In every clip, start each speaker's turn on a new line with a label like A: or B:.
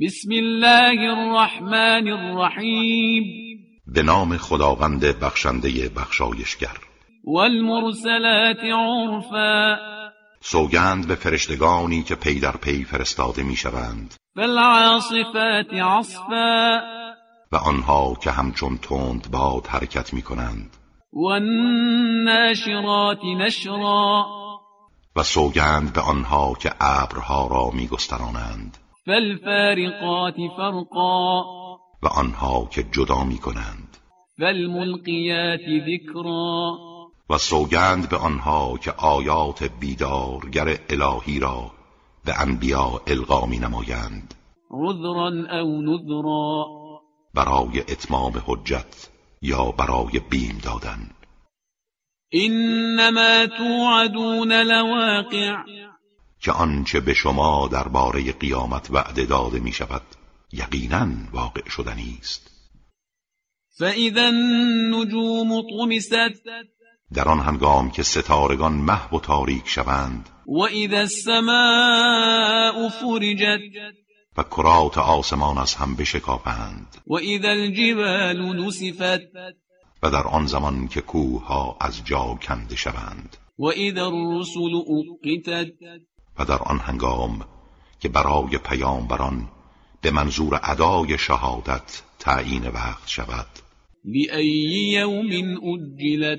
A: بسم الله الرحمن الرحیم
B: به نام خداوند بخشنده بخشایشگر
A: والمرسلات عرفا
B: سوگند به فرشتگانی که پی در پی فرستاده می شوند
A: فالعاصفات عصفا
B: و آنها که همچون تند باد حرکت می کنند
A: والناشرات نشرا
B: و سوگند به آنها که ابرها را می گسترانند
A: فالفارقات فرقا
B: و آنها که جدا می کنند
A: فالملقيات ذكرا
B: و سوگند به آنها که آیات بیدارگر الهی را به انبیا القا می نمایند
A: عذرا أو نذرا
B: برای اتمام حجت یا برای بیم دادن
A: إنما توعدون لواقع
B: که آنچه به شما درباره قیامت وعده داده می شود یقینا واقع شدنی است
A: فإذا النجوم طمست
B: در آن هنگام که ستارگان محو و تاریک شوند
A: وإذا السماء فرجت
B: و کرات آسمان از هم بشکافند
A: وإذا الجبال نسفت
B: و در آن زمان که کوه ها از جا کنده شوند
A: وإذا الرسل أقتت
B: و در آن هنگام که برای پیامبران به منظور ادای شهادت تعیین وقت شود
A: لأي يوم أجلت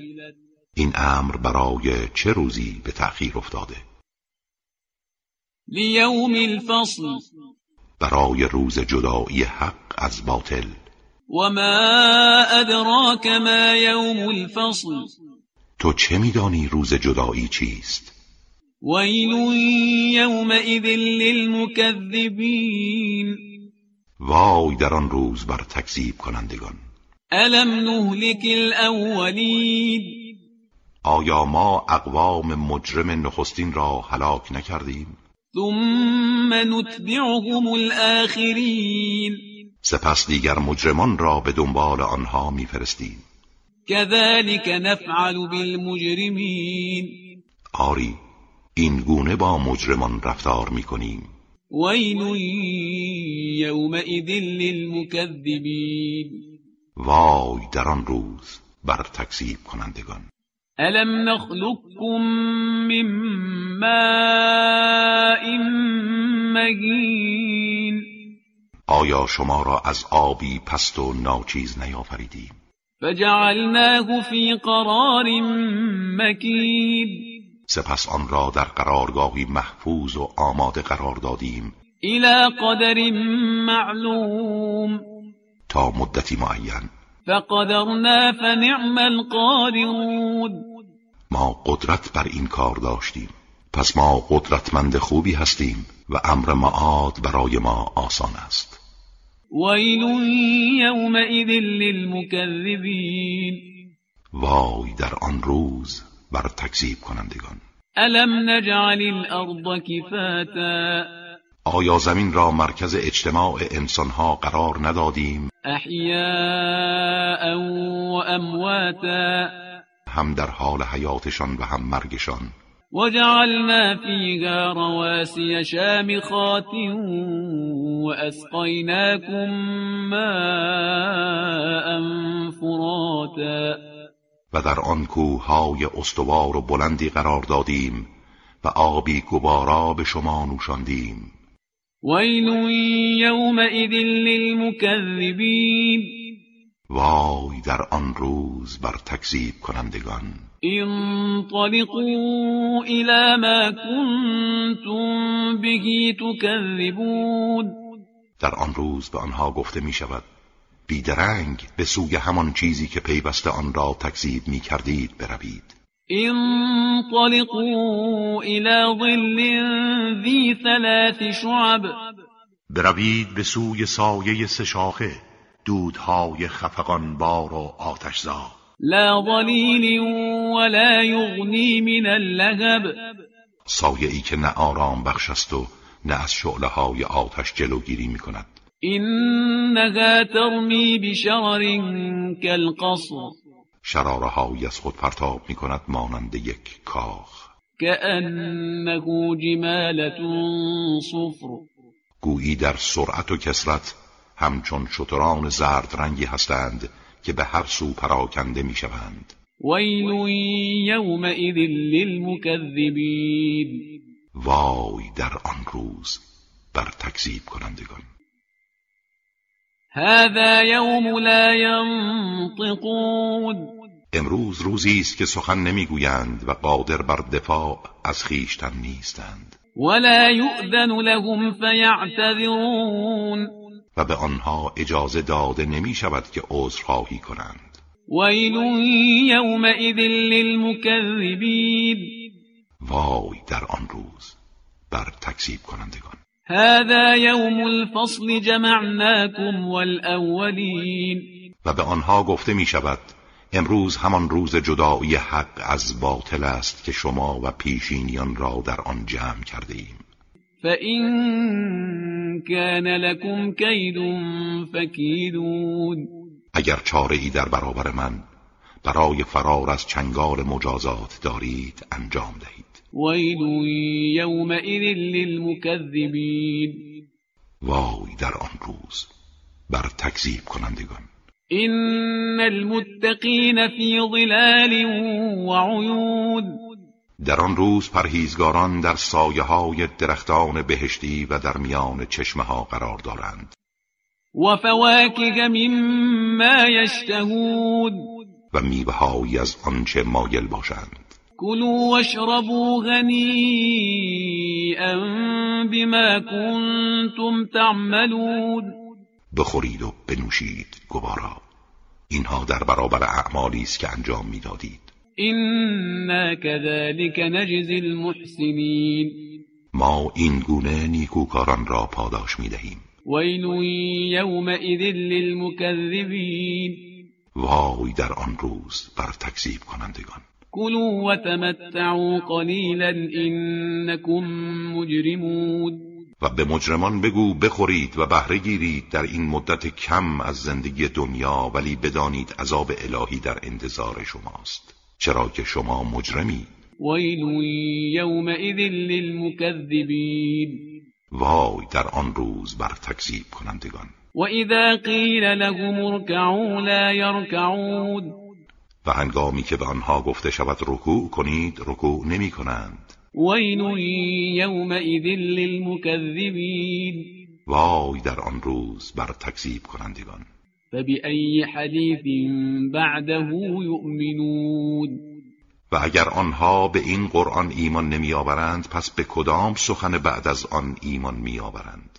B: این امر برای چه روزی به تأخیر افتاده
A: ليوم الفصل
B: برای روز جدایی حق از باطل
A: وما أدراك ما يوم الفصل
B: تو چه میدانی روز جدایی چیست
A: ويل يومئذ للمكذبين
B: وای در آن روز بر تکذیب کنندگان
A: ألم نهلك الأولين
B: آیا ما اقوام مجرم نخستین را هلاک نکردیم
A: ثم نتبعهم الآخرين
B: سپس دیگر مجرمان را به دنبال آنها میفرستیم
A: كذلك نفعل بالمجرمين
B: آری این گونه با مجرمان رفتار میکنیم
A: ويل يومئذ للمكذبين
B: وای در آن روز بر تکذیب کنندگان
A: ألم نخلقكم من ماء مهين
B: آیا شما را از آبی پست و ناچیز نیافریدیم
A: فجعلناه في قرار مكين
B: سپس آن را در قرارگاهی محفوظ و آماده قرار دادیم
A: إلى قدر معلوم
B: تا مدتی معین
A: فقدرنا فنعم القادرون
B: ما قدرت بر این کار داشتیم پس ما قدرتمند خوبی هستیم و امر معاد برای ما آسان است
A: ويل يومئذ للمكذبين
B: وای در آن روز بر تکذیب کنندگان
A: ألم نجعل الأرض كفاتا
B: آیا زمین را مرکز اجتماع انسانها قرار ندادیم
A: أحياء وأمواتا
B: هم در حال حیاتشان و هم مرگشان
A: وجعلنا فيها رواسي شامخات وأسقيناكم ماء فراتا
B: و در آن کوههای استوار و بلندی قرار دادیم و آبی گوارا به شما نوشاندیم
A: ويل يومئذ للمكذبين
B: وای در آن روز بر تکذیب کنندگان
A: انطلقوا إلى ما كنتم به تكذبون
B: در آن روز به آنها گفته می شود بیدرنگ به سوی همان چیزی که پیوسته آن را تکذیب می کردید بروید
A: انطلقوا إلى ظل ذي ثلاث شعب
B: بروید به سوی سایه سه شاخه دودهای خفقان بار و آتشزا
A: لا ظليل ولا يغني من اللهب
B: سایه ای که نه آرام بخش است و نه از شعله های آتش جلوگیری می کند
A: إنها ترمي بشرر كالقصر
B: شراره از خود پرتاب می کند مانند یک کاخ
A: كأنه جمالة صفر
B: گویی در سرعت و کسرت همچون شتران زرد رنگی هستند که به هر سو پراکنده می شوند.
A: ويل يومئذ للمكذبين
B: وای در آن روز بر تکذیب کنندگان
A: هذا يوم لا ينطقون
B: امروز روزی است که سخن نمیگویند و قادر بر دفاع از خیشتن نیستند
A: ولا يؤذن لهم فيعتذرون
B: و به آنها اجازه داده نمی شود که عذرخواهی کنند
A: ويل يومئذ للمكذبين
B: وای در آن روز بر تکذیب کنندگان
A: هذا يوم الفصل جمعناكم والأولين
B: و به آنها گفته می شود امروز همان روز جدایی حق از باطل است که شما و پیشینیان را در آن جمع کرده ایم
A: فإن كان لكم كيد فكيدون
B: اگر چاره ای در برابر من برای فرار از چنگال مجازات دارید انجام دهید
A: ويل يومئذ للمكذبين
B: وای در آن روز بر تکذیب کنندگان
A: إن المتقين في ظلال وعيون
B: در آن روز پرهیزگاران در سایه های درختان بهشتی و در میان چشمه ها قرار دارند
A: وفواكه مما يشتهون
B: و میوههایی از آنچه مایل باشند
A: كلوا واشربوا غنيئا بما كنتم تعملون
B: بخورید و بنوشید گوارا اینها در برابر اعمالی است که انجام میدادید
A: إنا كذلك نجزي المحسنين
B: ما این گونه نیکوکاران را پاداش میدهیم
A: ويل يومئذ للمكذبين
B: وای در آن روز بر تکذیب کنندگان
A: كلوا وتمتعوا قليلا إنكم مجرمون
B: و به مجرمان بگو بخورید و بهره گیرید در این مدت کم از زندگی دنیا ولی بدانید عذاب الهی در انتظار شماست چرا که شما مجرمید
A: ويل يومئذ للمكذبين
B: وای در آن روز بر تکذیب کنندگان
A: وإذا قيل لهم اركعوا لا يركعون
B: و هنگامی که به آنها گفته شود رکوع کنید رکوع نمی کنند
A: ويل يومئذ للمكذبين
B: وای در آن روز بر تکذیب کنندگان
A: فبأي حديث بعده يؤمنون
B: و اگر آنها به این قرآن ایمان نمیآورند پس به کدام سخن بعد از آن ایمان میآورند